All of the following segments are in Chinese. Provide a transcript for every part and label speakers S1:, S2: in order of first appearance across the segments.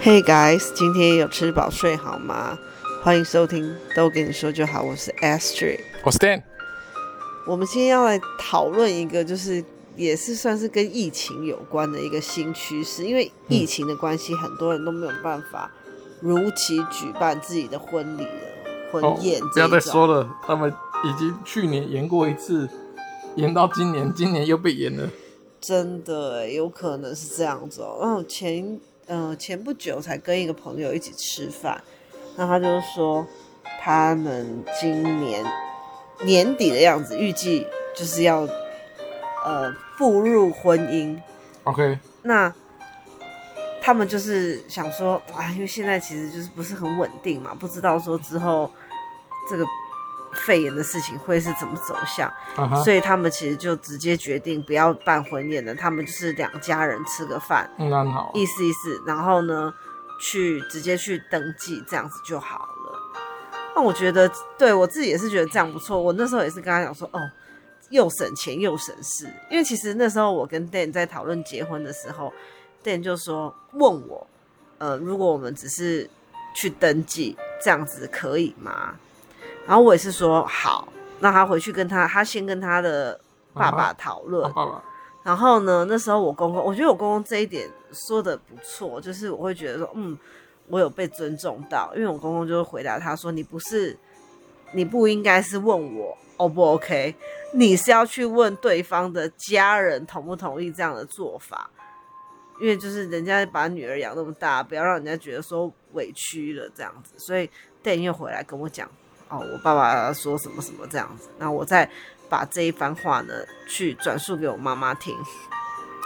S1: Hey guys，今天有吃饱睡好吗？欢迎收听，都跟你说就好。我是 Astrid，
S2: 我是 Dan，
S1: 我们今天要来讨论一个，就是也是算是跟疫情有关的一个新趋势，因为疫情的关系，很多人都没有办法如期举办自己的婚礼了、婚宴、
S2: 哦不要再说，了，他们已经去年延过一次，延到今年，今年又被延了。
S1: 真的欸有可能是这样子哦。嗯，前呃前不久才跟一个朋友一起吃饭，那他就说他们今年年底的样子，预计就是要呃步入婚姻。
S2: OK，
S1: 那他们就是想说，哇，因为现在其实就是不是很稳定嘛，不知道说之后这个肺炎的事情会是怎么走向。
S2: 啊哈，
S1: 所以他们其实就直接决定不要办婚宴了，他们就是两家人吃个饭，
S2: 嗯，那很好啊。
S1: 意思意思，然后呢，去直接去登记这样子就好了。那我觉得，对我自己也是觉得这样不错。我那时候也是跟他讲说，哦，又省钱又省事，因为其实那时候我跟 Dan 在讨论结婚的时候，Dan 就说问我，呃，如果我们只是去登记这样子可以吗？然后我也是说好，那他回去跟他，他先跟他的爸爸讨论，
S2: 啊爸爸，
S1: 然后呢，那时候我公公，我觉得我公公这一点说的不错，就是我会觉得说，嗯，我有被尊重到，因为我公公就会回答他说，你不是，你不应该是问我 O 不 OK，你是要去问对方的家人同不同意这样的做法，因为就是人家把女儿养那么大，不要让人家觉得说委屈了这样子，所以 Dan 又回来跟我讲，哦，我爸爸说什么什么这样子，那我再把这一番话呢去转述给我妈妈听。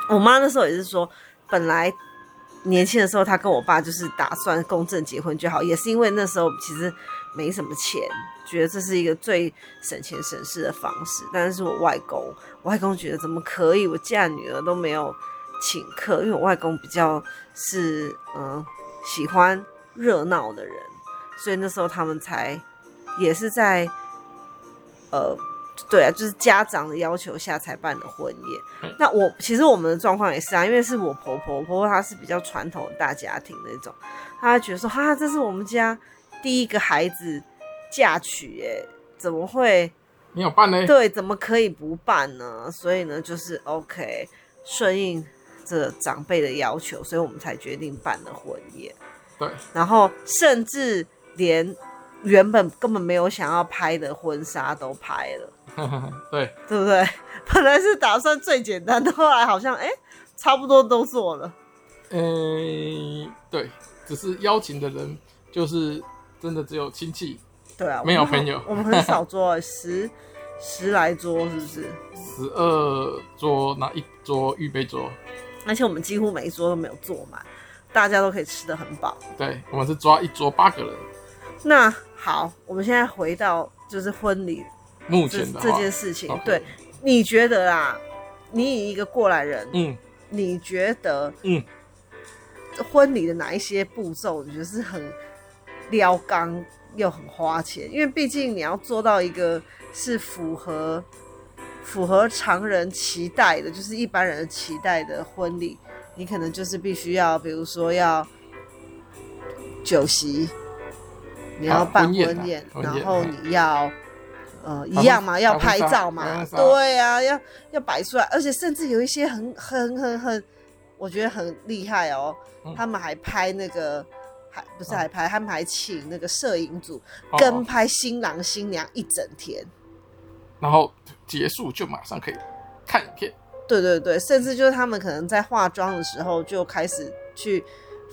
S1: 我妈那时候也是说，本来年轻的时候，她跟我爸就是打算公证结婚就好，也是因为那时候其实没什么钱，觉得这是一个最省钱省事的方式。但是我外公，我外公觉得怎么可以，我嫁女儿都没有请客，因为我外公比较是嗯、呃喜欢热闹的人，所以那时候他们才也是在呃对啊，就是家长的要求下才办的婚宴
S2: 嗯。
S1: 那我其实我们的状况也是啊，因为是我婆婆，我婆婆她是比较传统的大家庭那种，她觉得说哈，这是我们家第一个孩子嫁娶、耶，怎么会？
S2: 你有办呢？
S1: 对，怎么可以不办呢？所以呢，就是 OK，顺应这长辈的要求，所以我们才决定办了婚宴。
S2: 对，
S1: 然后甚至连原本根本没有想要拍的婚纱都拍了。
S2: 对，
S1: 对不对？ 本来是打算最简单的，后来好像哎、诶差不多都做了。
S2: 诶，对，只是邀请的人就是真的只有亲戚，
S1: 对啊，
S2: 没有
S1: 我们
S2: 朋友
S1: 很我们很少桌、诶十十来桌是不是？
S2: 十二桌拿一桌预备桌，
S1: 而且我们几乎每一桌都没有坐满，大家都可以吃的很饱。
S2: 对我们是抓一桌八个人，
S1: 那好，我们现在回到就是婚礼
S2: 目
S1: 这
S2: 前的话
S1: 这件事情
S2: OK
S1: 对，你觉得啦？你以一个过来人，
S2: 嗯
S1: 你觉得
S2: 嗯，
S1: 婚礼的哪一些步骤，你觉得是很撩刚又很花钱？因为毕竟你要做到一个是符合符合常人期待的，就是一般人的期待的婚礼，你可能就是必须要，比如说要酒席，你要
S2: 啊
S1: 办婚
S2: 婚宴啊
S1: 宴，
S2: 婚
S1: 然
S2: 宴
S1: 后
S2: 嗯
S1: 你要。呃，一
S2: 婚
S1: 样嘛，要
S2: 拍
S1: 拍
S2: 婚纱
S1: 照
S2: 拍
S1: 嘛
S2: 婚，纱
S1: 对啊，要要摆出来，而且甚至有一些很很很很，我觉得很厉害哦，
S2: 嗯
S1: 他们还拍那个，还不是还拍，他们还请那个摄影组
S2: 哦
S1: 跟拍新郎新娘一整天，
S2: 然后结束就马上可以看影片，
S1: 对对对，甚至就是他们可能在化妆的时候就开始去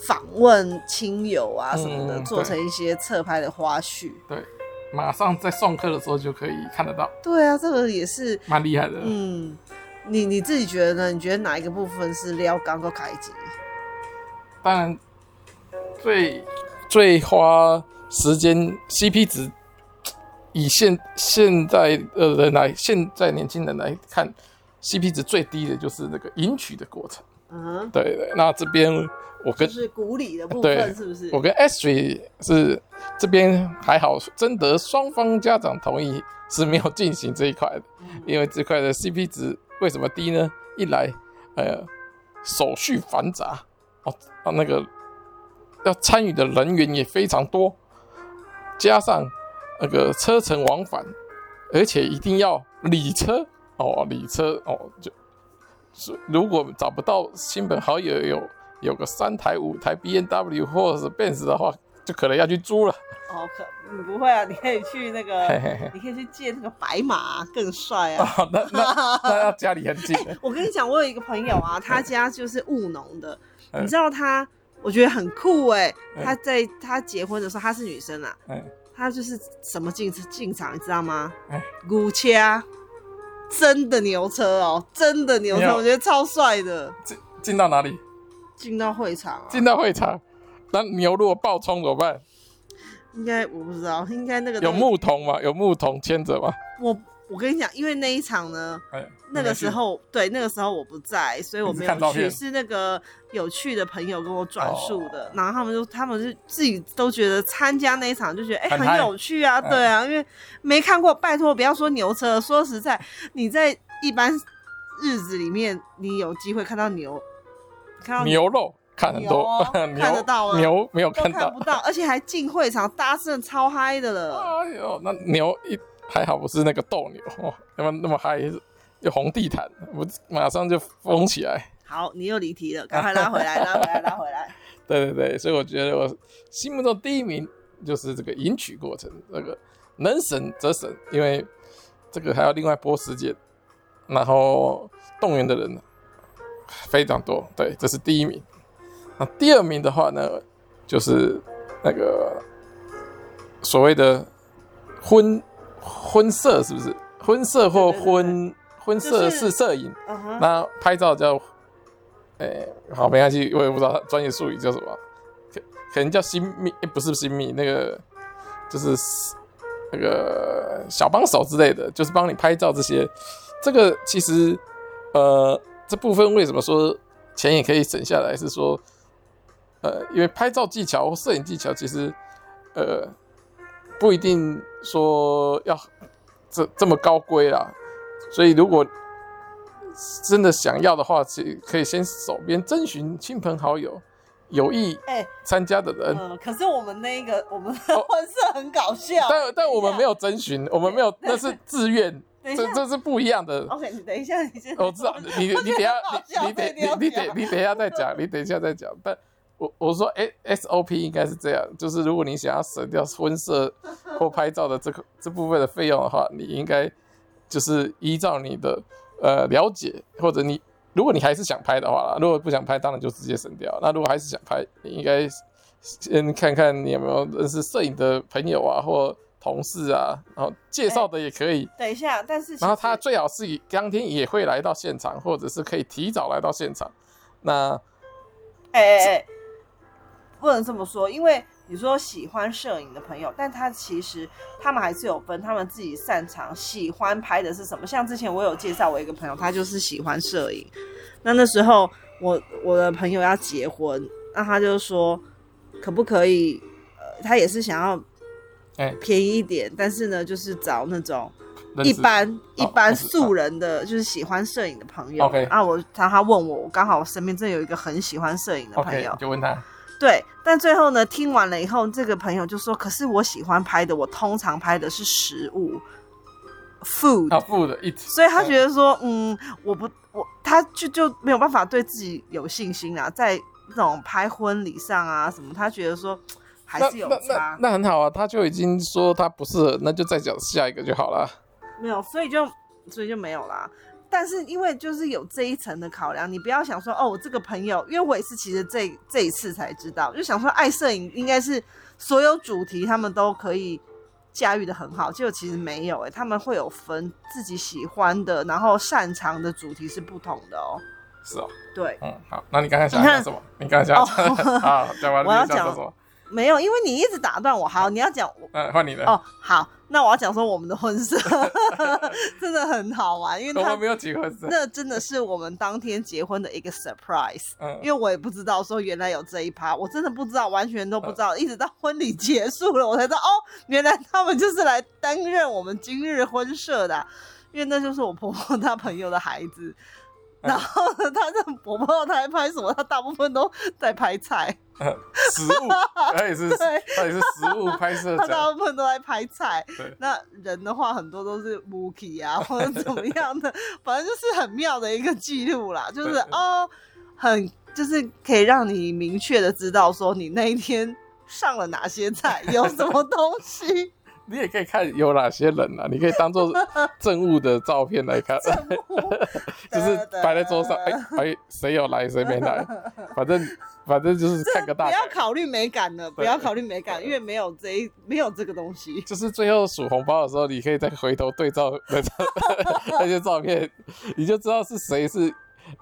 S1: 访问亲友啊什么的，
S2: 嗯
S1: 做成一些侧拍的花絮。
S2: 对，马上在上课的时候就可以看得到，
S1: 对啊，这个也是，
S2: 蛮厉害的。
S1: 嗯，你你自己觉得呢？你觉得哪一个部分是撩刚够开机？
S2: 当然最最花时间 CP 值，以现现在的人来，现在年轻人来看，CP 值最低的就是那个迎娶的过程。
S1: 嗯哼，
S2: 对对，那这边我
S1: 就
S2: 跟
S1: 是古礼的部
S2: 对
S1: 分，是不是？
S2: 我跟 Astri 是这边还好，征得双方家长同意是没有进行这一块的，因为这块的 CP 值为什么低呢？啊一来，呃，手续繁杂哦，哦那个要参与的人员也非常多，加上那个车程往返，而且一定要理车哦，理车哦，就是如果找不到亲朋好友有有个三台五台 B N W 或者是 Benz 的话，就可能要去租了。
S1: 哦，可你不会啊？你可以去那个，
S2: 嘿嘿 嘿
S1: 你可以去借那个白马啊、更帅啊。
S2: 哦，那那那要家里很近的，
S1: 我跟你讲，我有一个朋友啊，他家就是务农的，
S2: 嗯
S1: 你知道他，我觉得很酷哎、
S2: 嗯
S1: 他在他结婚的时候，她是女生啊，
S2: 嗯，
S1: 她就是什么进进场，你知道吗
S2: 嗯？
S1: 古掐，真的牛车哦，真的牛
S2: 没
S1: 车，
S2: 有
S1: 我觉得超帅的。
S2: 进进到哪里？
S1: 进到会场啊，
S2: 进到会场，那牛如果爆冲怎么办？
S1: 应该我不知道，应该那个
S2: 有
S1: 东西
S2: 牧童吗？有牧童牵着吗？
S1: 我我跟你讲，因为那一场呢，
S2: 哎，
S1: 那个时候对那个时候我不在，所以我没
S2: 你是看照
S1: 有去，
S2: 片
S1: 是那个有趣的朋友跟我转述的，
S2: 哦
S1: 然后他们就他们就自己都觉得参加那一场就觉得哎、
S2: 很
S1: 很
S2: 嗨嗯
S1: 有趣啊，对啊，因为没看过，拜托不要说牛车，说实在你在一般日子里面，你有机会看到牛，看到
S2: 牛肉看很多，
S1: 牛哦
S2: 牛
S1: 看得到啊
S2: 牛没有
S1: 都
S2: 看
S1: 看
S2: 到
S1: 不。到，而且还进会场，大家真的超嗨的了。
S2: 哎呦，那牛一还好不是那个斗牛哦，那么那么嗨，有红地毯，我马上就封起来。
S1: 好，你又离题了，赶快拉回来， 拉回来，拉回来。
S2: 对对对，所以我觉得我心目中第一名就是这个迎娶过程，这个能省则省，因为这个还要另外拨时间，然后动员的人非常多，对，这是第一名。那第二名的话呢，就是那个所谓的婚婚摄，是不是？婚摄
S1: 对
S2: 或
S1: 对对
S2: 婚婚摄
S1: 就是
S2: 是摄影，
S1: 嗯哼，
S2: 那拍照叫，哎、好，没关系，我也不知道它专业术语叫什么，可可能叫新密，诶不是新密，那个就是那个小帮手之类的，就是帮你拍照这些。这个其实，呃，这部分为什么说钱也可以省下来，是说，呃，因为拍照技巧或摄影技巧其实，呃，不一定说要这这么高规啦，所以如果真的想要的话，其可以先手边征询亲朋好友、有意
S1: 哎、
S2: 参加的人。
S1: 嗯，可是我们那个我们 的婚摄很搞笑。
S2: 但但我们没
S1: 有。
S2: 有征询，我们没有，那是自愿，
S1: 等一
S2: 这
S1: 下
S2: 这是不一样的。
S1: OK，你等一下，你先。
S2: 哦我知道你你你等一下
S1: 好
S2: 你
S1: 笑
S2: 你等
S1: 这一定要
S2: 你你等
S1: 讲
S2: 你等一下再讲，你等一下再讲。但我我说 S S O P 应该是这样，就是如果你想要省掉婚摄或拍照的这个这部分的费用的话，你应该就是依照你的呃了解，或者你如果你还是想拍的话啦，如果不想拍，当然就直接省掉。那如果还是想拍，你应该先看看你有没有认识摄影的朋友啊，或同事啊，然后介绍的也可以。
S1: 等一下，但是其实
S2: 然后他最好是以当天也会来到现场，或者是可以提早来到现场。那
S1: 哎哎哎，不能这么说，因为你说喜欢摄影的朋友，但他其实他们还是有分，他们自己擅长喜欢拍的是什么。像之前我有介绍我一个朋友，他就是喜欢摄影。那那时候我我的朋友要结婚，那他就说可不可以？呃，他也是想要
S2: 哎
S1: 便宜一点，但是呢，就是找那种
S2: 认识哦
S1: 一般一般
S2: 认识
S1: 素人的，就是喜欢摄影的朋友。
S2: OK
S1: 啊，我他他问我，我刚好我身边真的有一个很喜欢摄影的朋
S2: OK，
S1: 友
S2: 你就问他
S1: 对。但最后呢，听完了以后，这个朋友就说：“可是我喜欢拍的，我通常拍的是食物，food。
S2: 啊，付的一起，
S1: 所以他觉得说，嗯，我不，我他就就没有办法对自己有信心啊，在那种拍婚礼上啊什么，他觉得说还是有
S2: 那那
S1: 差
S2: 那，那很好啊，他就已经说他不适合，那就再讲下一个就好了。
S1: 没有，所以就所以就没有啦。但是因为就是有这一层的考量，你不要想说哦，我这个朋友，因为我也是其实这这一次才知道，就想说爱摄影应该是所有主题他们都可以驾驭的很好，结果其实没有诶、欸他们会有分自己喜欢的，然后擅长的主题是不同的哦、
S2: 是哦，
S1: 对，
S2: 嗯，好，那你刚才想讲什么？你刚才 想
S1: 哦
S2: 啊，讲完
S1: 我要
S2: 你想
S1: 讲
S2: 说什么？
S1: 没有，因为你一直打断我，好，你要讲我
S2: 嗯，换你了。
S1: 哦，好，那我要讲说我们的婚摄 真的很好玩，因为
S2: 我
S1: 他
S2: 们没有结婚是？
S1: 那真的是我们当天结婚的一个 surprise，
S2: 嗯
S1: 因，为我也不知道说原来有这一趴，我真的不知道，完全都不知道，一直到婚礼结束了，我才知道哦，原来他们就是来担任我们今日婚社的啊、因为那就是我婆婆她朋友的孩子，然后呢，他这婆婆她在拍什么？她大部分都在拍菜，
S2: 食物，它也是
S1: 对
S2: 它也是食物 拍摄
S1: 她
S2: 展，
S1: 大部分都在拍菜。
S2: 对，
S1: 那人的话，很多都是 Mookie 啊，或者怎么样的，反正就是很妙的一个记录啦，就是
S2: 对
S1: 哦，很就是可以让你明确的知道说你那一天上了哪些 菜，有什么东西。
S2: 你也可以看有哪些人啊，你可以 当做政务的照片来看，就是摆在桌上，哎哎，谁有来谁没 来，反正反正就是看个大
S1: 不
S2: 概
S1: 要，考虑美感了，不
S2: 对
S1: 要考虑美感，因为没有这一没有这个东 西。
S2: 就是最后数红包的时候，你可以再回头对照 那张那些照片，你就知道是谁是。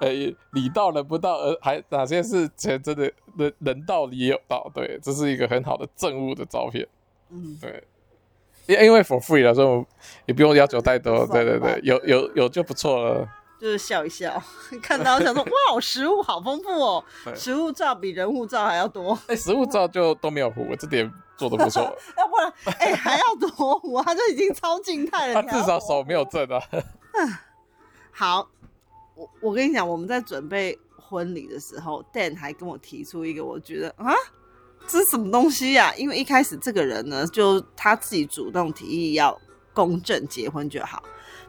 S2: 呃，礼到人不到，而还哪些是钱真的人人到礼也有到，对，这是一个很好的政务的照片。
S1: 嗯，
S2: 对，因因为 for free 了，所以我们也不用要求太多。
S1: 啊
S2: 对对对，有有有就不错了。
S1: 就是笑一笑，看到 想说哇，食物好丰富哦
S2: 对，
S1: 食物照比人物照还要多，
S2: 哎、食物照就都没有糊，这点做的不错。
S1: 要不然哎、还要多糊，他就已经超静态了。
S2: 他
S1: 你还
S2: 至
S1: 要
S2: 少
S1: 多
S2: 手没有震啊。
S1: 好，我我跟你讲，我们在准备婚礼的时候，Dan 还跟我提出一个，我觉得啊，这是什么东西呀、因为一开始这个人呢，就他自己主动提议要公证结婚就好。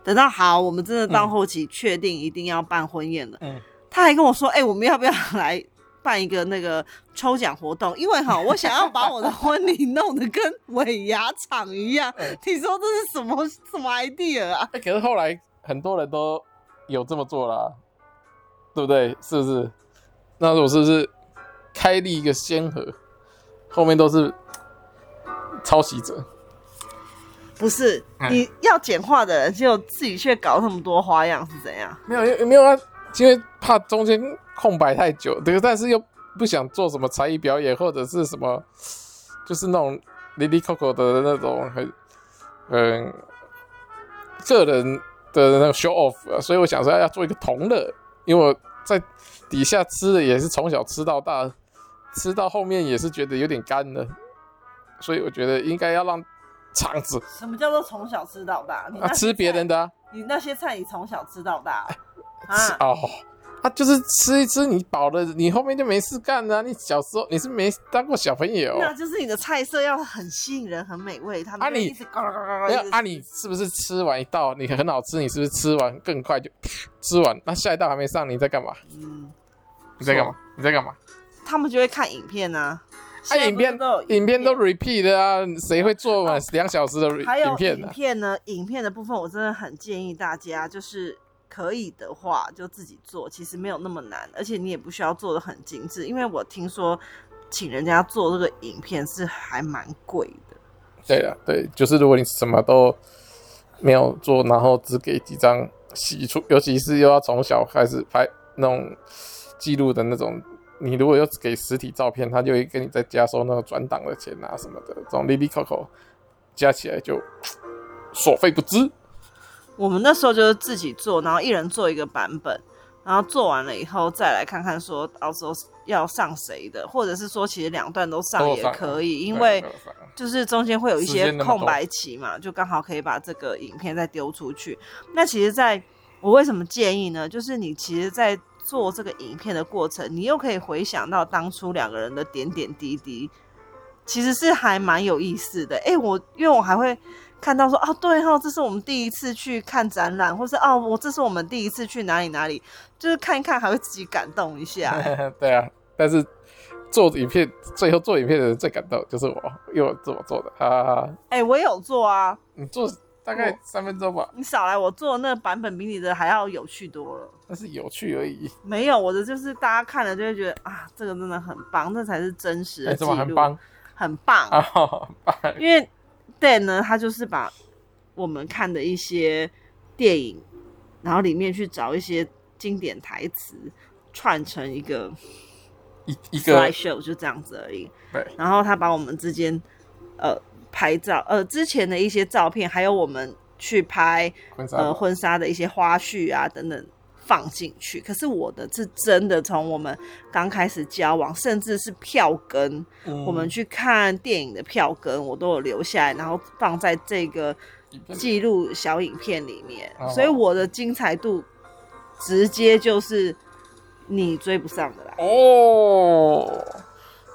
S1: 等到好，我们真的到
S2: 嗯
S1: 后期确定一定要办婚宴了，
S2: 嗯
S1: 他还跟我说，哎、我们要不 要来？办一个那个抽奖活动，因为哈，我想要把我的婚礼弄得跟尾牙场一 样。
S2: 嗯
S1: 你说这是什么什么 idea 啊？
S2: 哎、可是后来很多人都有这么做啦，对不对？是不是？那我是不是开立一个先河，后面都是抄袭者？
S1: 不是，
S2: 嗯
S1: 你要简化的人，就自己却搞那么多花样，是怎样？
S2: 没有，因为没有啊，因为怕中间空白太久，对，但是又不想做什么才艺表演或者是什么，就是那种 Lily Coco 的那种很嗯个人的那种 show off，、啊、所以我想说要做一个同乐，因为我在底下吃的也是从小吃到大，吃到后面也是觉得有点干了，所以我觉得应该要让场子
S1: 什么叫做从小吃到大？你
S2: 啊
S1: 那些
S2: 吃别人的啊。
S1: 菜，你那些菜，你从小吃到大
S2: 吃
S1: 啊？
S2: 哦，啊，就是吃一吃，你饱了，你后面就没事干啊了、你小时候你是没当过小朋友，
S1: 那就是你的菜色要很吸引人，很美味，他们
S2: 哦啊
S1: 就
S2: 你
S1: 一直嘎嘎嘎嘎
S2: 没有
S1: 一直
S2: 啊？你是不是吃完一道你很好吃，你是不是吃完更快就吃完？那下一道还没上，你在干嘛？
S1: 嗯，
S2: 你在干嘛？
S1: 啊
S2: 你在干嘛？
S1: 他们就会看影片啊。
S2: 啊，
S1: 现在
S2: 影
S1: 不是
S2: 片
S1: 都有哦
S2: 影片都 repeat 的啊，谁会做满两小时的 re-
S1: 还有
S2: 影片呢、
S1: 影片呢，影片的部分我真的很建议大家，就是可以的话就自己做，其实没有那么难，而且你也不需要做的很精致，因为我听说请人家做这个影片是还蛮贵的。
S2: 对啊，对，就是如果你什么都没有做，然后只给几张洗出，尤其是又要从小开始拍那种记录的那种，你如果要给实体照片，他就会跟你再加收那个转档的钱啊什么的，这种 Lily Coco 加起来就所费不知。
S1: 我们那时候就是自己做，然后一人做一个版本，然后做完了以后再来看看说到时候要上谁的，或者是说其实两段都上
S2: 都有
S1: 也
S2: 上
S1: 可以，因
S2: 对
S1: 为
S2: 没有办法
S1: 就是中间会有一
S2: 时
S1: 些
S2: 间那么多
S1: 空白期嘛，就刚好可以把这个影片再丢出去。那其实在，我为什么建议呢？就是你其实，在做这个影片的过程，你又可以回想到当初两个人的点点滴滴，其实是还蛮有意思的。诶，我因为我还会看到说，哦，对哦，这是我们第一次去看展览，或是哦，我这是我们第一次去哪里哪里，就是看一看，还会自己感动一 下、
S2: 对啊，但是做影片最后做影片的人最感动就是我，因为我是我做的啊，
S1: 诶，我有做啊，
S2: 你做大概三分钟吧，
S1: 你少来，我做的那个版本比你的还要有趣多了。
S2: 但是有趣而已。
S1: 没有，我的就是大家看了就会觉得啊，这个真的很棒，这才是真实
S2: 哎、
S1: 的
S2: 这
S1: 记
S2: 么
S1: 录，
S2: 很棒
S1: 很棒
S2: 啊！好棒
S1: 因为 Dan 呢，他就是把我们看的一些电影，然后里面去找一些经典台词，串成一个
S2: 一一个
S1: slide show，就这样子而已。
S2: 对，
S1: 然后他把我们之间呃拍照，呃之前的一些照片，还有我们去拍
S2: 婚纱
S1: 呃婚纱的一些花絮啊等等放进去。可是我的是真的从我们刚开始交往，甚至是票根，
S2: 嗯
S1: 我们去看电影的票根，我都有留下来，然后放在这个
S2: 影片里
S1: 记录小影片里面
S2: 哦。
S1: 所以我的精彩度直接就是你追不上的啦。
S2: 哦，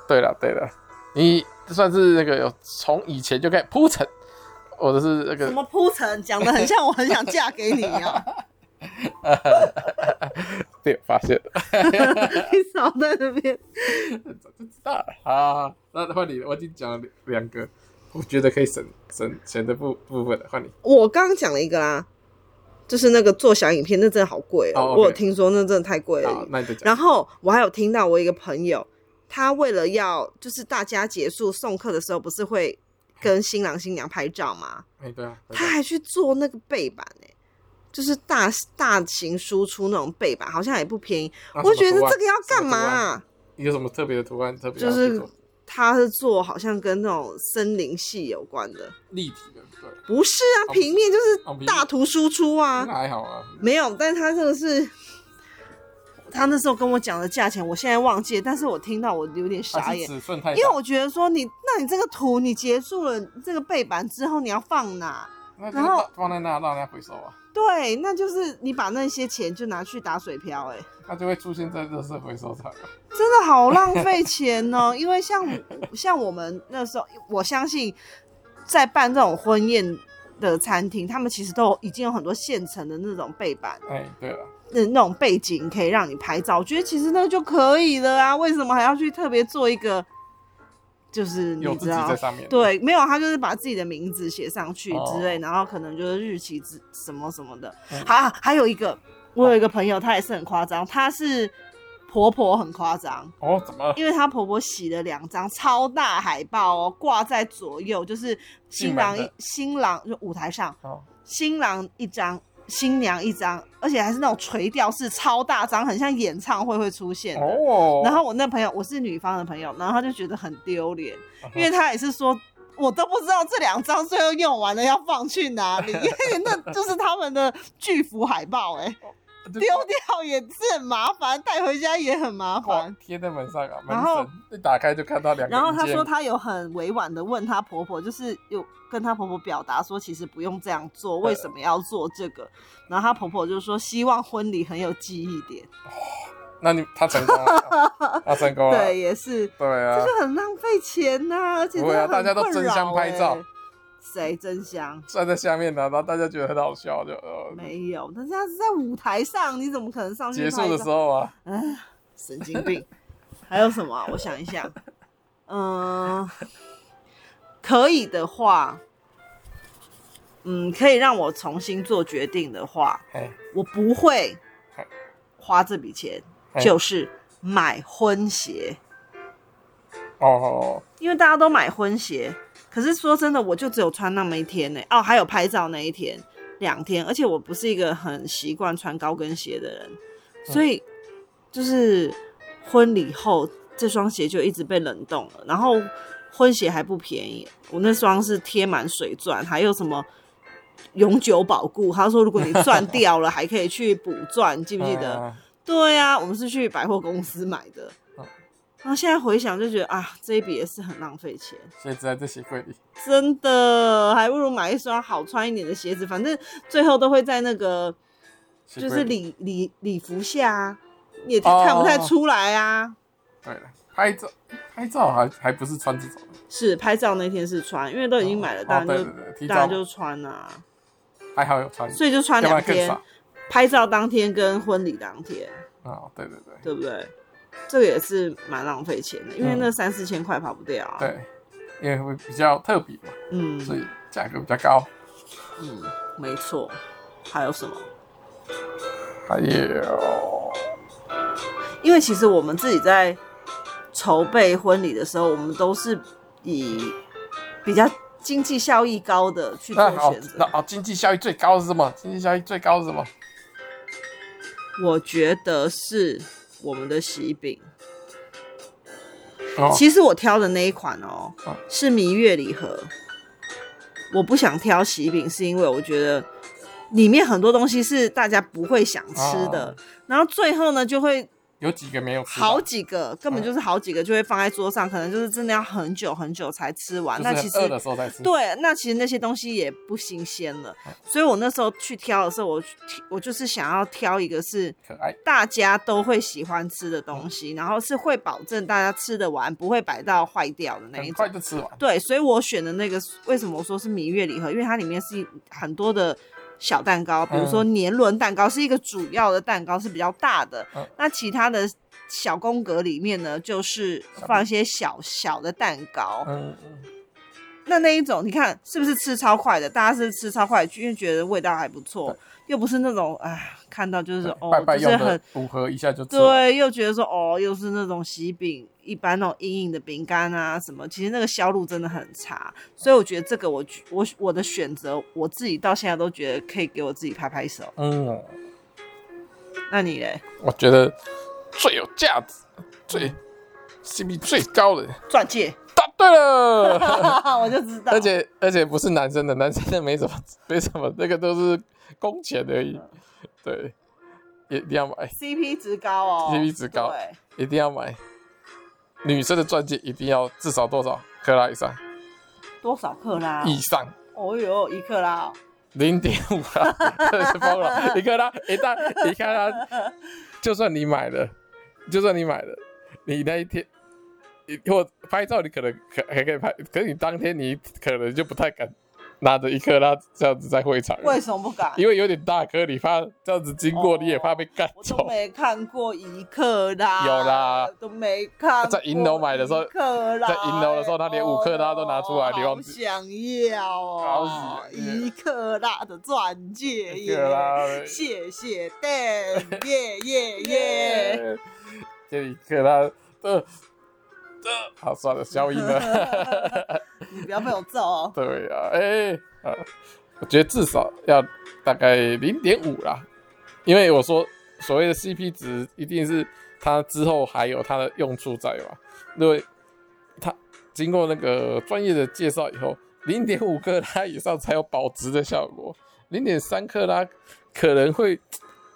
S2: 对了对了，你算是那个有从以前就开始铺陈，或者是那
S1: 什
S2: 个
S1: 么铺陈讲的很像我很想嫁给你啊一样，
S2: 被我发现了，
S1: 你少在那边。
S2: 知道了啊。那换你了，我已经讲了两个，我觉得可以省省钱的部部分了，换你。
S1: 我刚刚讲了一个啦，就是那个做小影片，那真的好贵哦、
S2: 哦，OK 啊
S1: 我有听说那真的太贵
S2: 好
S1: 了，。
S2: 那你就讲。
S1: 然后我还有听到我一个朋友，他为了要就是大家结束送客的时候，不是会跟新郎新娘拍照吗？
S2: 哎、对啊，对
S1: 他
S2: 啊
S1: 还去做那个背板哎、就是大大型输出那种背板，好像也不便宜。
S2: 那
S1: 我觉
S2: 什
S1: 得
S2: 么图案
S1: 这个要干嘛、啊
S2: 什么图案有什么特别的图案？特别
S1: 就
S2: 要去
S1: 是
S2: 做
S1: 他是做好像跟那种森林系有关的，
S2: 立体的，对，
S1: 不是啊，
S2: 哦
S1: 平面就是
S2: 哦平面
S1: 大图输出啊
S2: 那。还好啊。
S1: 没有，但他这个是，他那时候跟我讲的价钱，我现在忘记了，但是我听到我有点
S2: 它
S1: 傻
S2: 是
S1: 眼，
S2: 尺寸太
S1: 因为
S2: 大，
S1: 我觉得说你，那你这个图你结束了这个背板之后，你要放哪？
S2: 那就
S1: 然后
S2: 放在那让人家回收啊，
S1: 对，那就是你把那些钱就拿去打水漂、欸，哎，
S2: 它就会出现在热色回收场啊。
S1: 真的好浪费钱哦。因为像像我们那时候，我相信在办这种婚宴的餐厅，他们其实都有已经有很多现成的那种背板，
S2: 哎、对了，
S1: 那那种背景可以让你拍照，我觉得其实那个就可以了啊，为什么还要去特别做一个？就是
S2: 有
S1: 你
S2: 自
S1: 知
S2: 己
S1: 道
S2: 在，上面。
S1: 对，没有他就是把自己的名字写上去
S2: 哦
S1: 之类，然后可能就是日期之什么什么的。
S2: 嗯
S1: 还、还有一个，我有一个朋友，他也是很夸张，他是婆婆很夸张，
S2: 哦，怎么了？
S1: 因为她婆婆洗了两张超大海报哦，挂在左右，就是新郎
S2: 进门
S1: 一
S2: 的
S1: 新郎就舞台上，
S2: 哦，
S1: 新郎一张，新娘一张，而且还是那种垂钓式超大张，很像演唱会会出现的。
S2: 哦，
S1: 然后我那朋友，我是女方的朋友，然后他就觉得很丢脸，因为他也是说，我都不知道这两张最后用完了要放去哪里，因为那就是他们的巨幅海报、哎，
S2: 就
S1: 丢掉也是很麻烦，带回家也很麻
S2: 挂
S1: 烦。
S2: 贴在门上啊，门
S1: 然后
S2: 神一打开就看到两个。
S1: 然后她说，她有很委婉的问她婆婆，就是有跟她婆婆表达说，其实不用这样做，为
S2: 嗯
S1: 什么要做这个？然后她婆婆就说，希望婚礼很有记忆点。
S2: 那你他成功 了，他成功了。
S1: 对，也是，
S2: 对啊
S1: 这，就很浪费钱呐、而且
S2: 不会啊
S1: 真的很
S2: 大家都争相
S1: 困扰欸
S2: 拍照。
S1: 谁争相？
S2: 站在下面呢，然后大家觉得很好笑，就呃，
S1: 没有，但是他是在舞台上，你怎么可能上去
S2: 结
S1: 拍
S2: 束的
S1: 照
S2: 时候啊，
S1: 哎，神经病。 还有什么啊、我想一想，嗯、可以的话，嗯，可以让我重新做决定的话，
S2: 哎，
S1: 我不会
S2: 嘿
S1: 花这笔钱，
S2: 嘿
S1: 就是买婚鞋，
S2: 哦，
S1: 因为大家都买婚鞋。可是说真的，我就只有穿那么一天呢、哦，还有拍照那一天，两天。而且我不是一个很习惯穿高跟鞋的人，所以就是婚礼后这双鞋就一直被冷冻了，然后婚鞋还不便宜，我那双是贴满水钻，还有什么永久保固，他说如果你钻掉了还可以去补钻，记不记得？
S2: 嗯？
S1: 对呀、我们是去百货公司买的
S2: 嗯。
S1: 然后现在回想就觉得啊，这一笔也是很浪费钱，
S2: 鞋子还在鞋柜里，
S1: 真的，还不如买一双好穿一点的鞋子，反正最后都会在那个
S2: 鞋柜
S1: 就是礼礼礼服下、啊，你也
S2: 哦
S1: 看不太出来啊。
S2: 对了，拍照拍照还还不是穿这种，
S1: 是拍照那天是穿，因为都已经买了，
S2: 哦
S1: 当然
S2: 对
S1: 就、
S2: 对对提
S1: 当然
S2: 早
S1: 就穿啊，
S2: 还好有穿，
S1: 所以就穿
S2: 要不
S1: 两
S2: 然更
S1: 天
S2: 傻，。
S1: 拍照当天跟婚礼当天，
S2: 哦，对对对
S1: 对不对？这个也是蛮浪费钱的，因为
S2: 嗯
S1: 那三四千块跑不掉啊。，
S2: 对，因为会比较特别嘛，
S1: 嗯，
S2: 所以价格比较高。
S1: 嗯，没错。还有什么？
S2: 还
S1: 嗯
S2: 有，
S1: 因为其实我们自己在筹备婚礼的时候，我们都是以比较经济效益高的去
S2: 那
S1: 做
S2: 好
S1: 选，
S2: 那
S1: 择。
S2: 啊好，经济效益最高是什么？经济效益最高是什么？
S1: 我觉得是我们的喜饼。
S2: 哦，
S1: 其实我挑的那一款哦
S2: 哦，
S1: 是蜜月礼盒。我不想挑喜饼，是因为我觉得
S2: 啊
S1: 里面很多东西是大家不会想吃的，然后最后呢就会
S2: 有几个没有吃完
S1: 好几个根
S2: 嗯
S1: 本就是好几个就会放在桌上，可能就是真的要很久很久才吃完。
S2: 就
S1: 那
S2: 是
S1: 其
S2: 很
S1: 实
S2: 饿的时候嗯再吃。
S1: 对，那其实那些东西也不新鲜了，所以我那时候去挑的时候，我去我就是想要挑一个是
S2: 可爱，
S1: 大家都会喜欢吃的东
S2: 嗯
S1: 西，然后是会保证大家吃得完，不会摆到坏掉的那一
S2: 很
S1: 种
S2: 快。就吃完。
S1: 对，所以我选的那个为什么我说是蜜月礼盒，因为它里面是很多的小蛋糕，比如说年轮蛋糕是一个主要的蛋糕，是比较大的。
S2: 嗯
S1: 那其他的小宫格里面呢，就是放一些小小的蛋糕。
S2: 嗯，嗯
S1: 那那一种，你看是不是吃超快的？大家是吃超快，因为觉得味道还不错，又不是那种哎，看到就是
S2: 对
S1: 哦，
S2: 拜拜
S1: 就
S2: 用
S1: 是
S2: 的
S1: 很
S2: 组合一下就吃完。
S1: 对，又觉得说哦，又是那种喜饼，一般那种硬硬的饼干啊什么，其实那个销路真的很差，所以我觉得这个我我我的选择，我自己到现在都觉得可以给我自己拍拍手。
S2: 嗯，
S1: 那你嘞，
S2: 我觉得最有价值、最 CP 最高的，
S1: 钻 戒，
S2: 答对了。
S1: 我就知道，
S2: 而且而且不是男生的，男生的没什么没什么，那个都是工钱而已。对，也一定要买，
S1: CP 值高哦
S2: CP 值高
S1: 对，
S2: 一定要买。女生的钻戒一定要至少多少克拉以上？
S1: 多少克拉哦？
S2: 以上
S1: 哦哟，一克拉哦，
S2: 零点五啦，真的是疯了！你看他，一旦你看他，就算你买了，就算你买了，你那一天，你或拍照你可能可还可以拍，可是你当天你可能就不太敢拿着一克拉这样子在会场了，
S1: 为什么不敢？
S2: 因为有点大颗，你怕这样子经过，
S1: 哦
S2: 你也怕被干
S1: 我
S2: 走
S1: 都。没看过一克拉，
S2: 有啦，
S1: 都没看过。
S2: 在银楼买的时候
S1: 克拉，
S2: 在银楼的时候他连五克拉都拿出来
S1: 哦
S2: 你忘记
S1: 好想要哦
S2: 好，想要
S1: 一克拉的钻戒
S2: 一
S1: 耶
S2: 克拉，
S1: 谢谢蛋， 耶耶耶！
S2: 这一克拉，呃，呃，好，算了，消音 了。
S1: 你不要被我揍哦。
S2: 对啊，哎、啊，我觉得至少要大概零点五啦，因为我说所谓的 CP 值，一定是它之后还有它的用处在嘛。因为它经过那个专业的介绍以后，零点五克拉以上才有保值的效果，零点三克拉可能会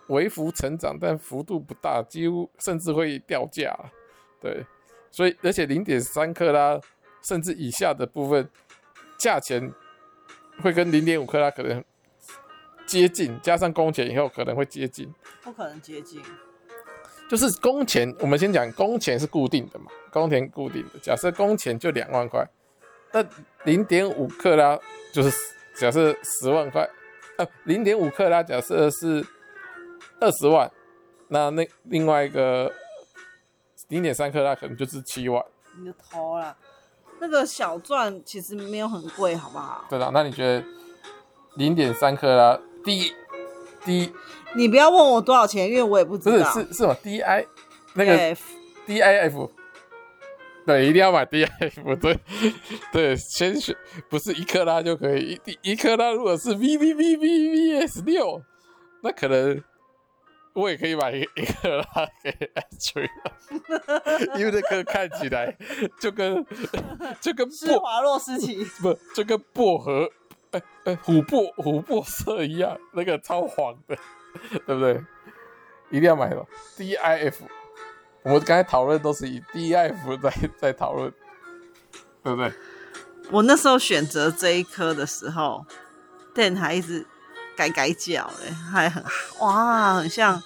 S2: 微幅成长，但幅度不大，几乎甚至会掉价。啊对，所以而且零点三克拉甚至以下的部分，价钱会跟零点五克拉可能接近，加上工钱以后可能会接近。
S1: 不可能接近，
S2: 就是工钱，我们先讲工钱是固定的嘛，工钱固定的，假设工钱就两万块，那零点五克拉就是假设十万块，呃，零点五克拉假设是二十万，那那另外一个零点三克拉可能就是七万，
S1: 你就偷了。那个小钻其实没有很贵，好不好？
S2: 对啦，啊那你觉得零点三啊克拉低低
S1: 你不要问我多少钱，因为我也不
S2: 不
S1: 知
S2: 是
S1: 道。
S2: 是是什么 DI 那个
S1: 对
S2: DIF，对，一定要买 DIF，对对，先选不是一克拉就可以，一一克拉如果是 VVVVVS 六，那可能我也可以买一一克拉给他吹， 因为那个看起来就跟就跟
S1: 施
S2: 薄
S1: 华洛世奇。
S2: 不就跟薄荷哎哎琥珀琥珀色一样，那个超黄的， 对不对？一定要买了 DIF。我们刚才讨论都是以 DIF 在在讨论，对不对？
S1: 我那时候选择这一科的时候，店还一直改改脚嘞，还很哇，很像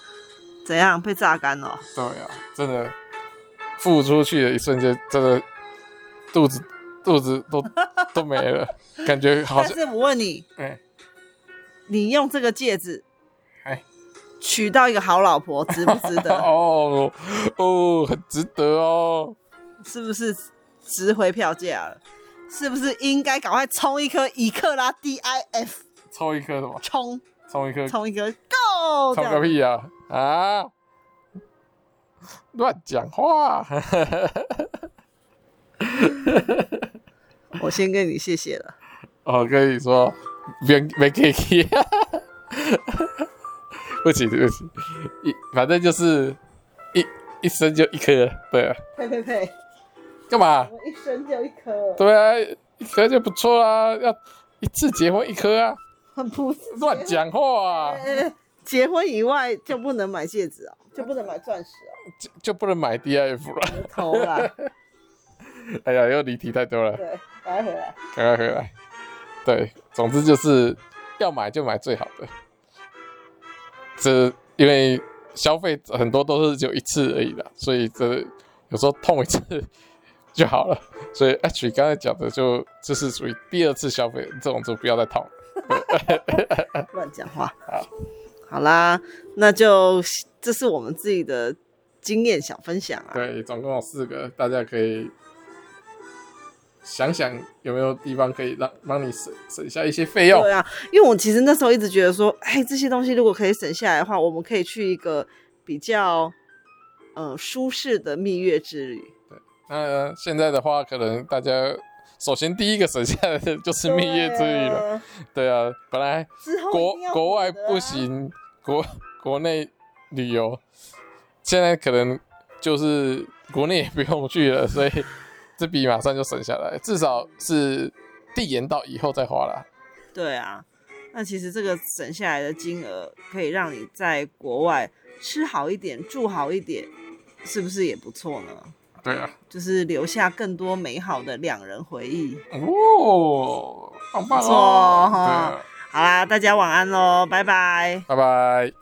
S1: 怎样被榨干哦了、
S2: 对啊，真的付出去的一瞬间，真的肚子肚子都都没了， 感觉好
S1: 但
S2: 像
S1: 是我问你，
S2: 哎
S1: 你用这个戒指
S2: 哎
S1: 娶到一个好老婆，值不值得？
S2: 哦哦，很值得哦。
S1: 是不是值回票价了？是不是应该赶快冲一颗以克拉 DIF
S2: 抽一颗什么？
S1: 冲
S2: 抽一颗
S1: 冲一颗 Go 这
S2: 操个
S1: 样？
S2: 屁啊！啊，乱讲话！
S1: 我先跟你谢谢了。
S2: 我哦跟你说，别别 K K，不起对不起，一反正就是一一生就一颗，对啊，
S1: 呸呸呸！
S2: 干嘛？
S1: 我一生就一颗，
S2: 对啊，一颗就不错啊，要一次结婚一颗啊，
S1: 很朴实。
S2: 乱讲话、啊！
S1: 呃，结婚以外就不能买戒指哦，就不能买钻石哦。
S2: 就就不能买 DIF 了。
S1: 头啦，
S2: 哎呀，又离题太多 了，
S1: 对，赶快回来。
S2: 赶快回来。对，总之就是要买就买最好的。这因为消费很多都是只有一次而已啦，所以这有时候痛一次 就好了。所以 H 刚才讲的就这是属于第二次消费，这种就不要再痛了。
S1: 乱讲话。
S2: 好，
S1: 好啦，那就这是我们自己的经验小分享啊。
S2: 对，总共有四个，大家可以想想有没有地方可以让帮你省省下一些费用。
S1: 对啊，因为我其实那时候一直觉得说，哎，这些东西如果可以省下来的话，我们可以去一个比较呃舒适的蜜月之旅。
S2: 那、呃现在的话，可能大家首先第一个省下来的就是蜜月之旅了。
S1: 对啊，
S2: 对啊，本来
S1: 之后一
S2: 国
S1: 定要啊
S2: 国外
S1: 有的啊
S2: 不，行，国国内旅游，现在可能就是国内也不用去了，所以这笔马上就省下来，至少是递延到以后再花啦。
S1: 对啊。那其实这个省下来的金额，可以让你在国外吃好一点，住好一点，是不是也不错呢？
S2: 对啊，
S1: 就是留下更多美好的两人回忆。
S2: 哦，棒棒
S1: 不
S2: 哦，
S1: 错哦
S2: 对啊，
S1: 好啦，大家晚安喽，拜拜。
S2: 拜拜。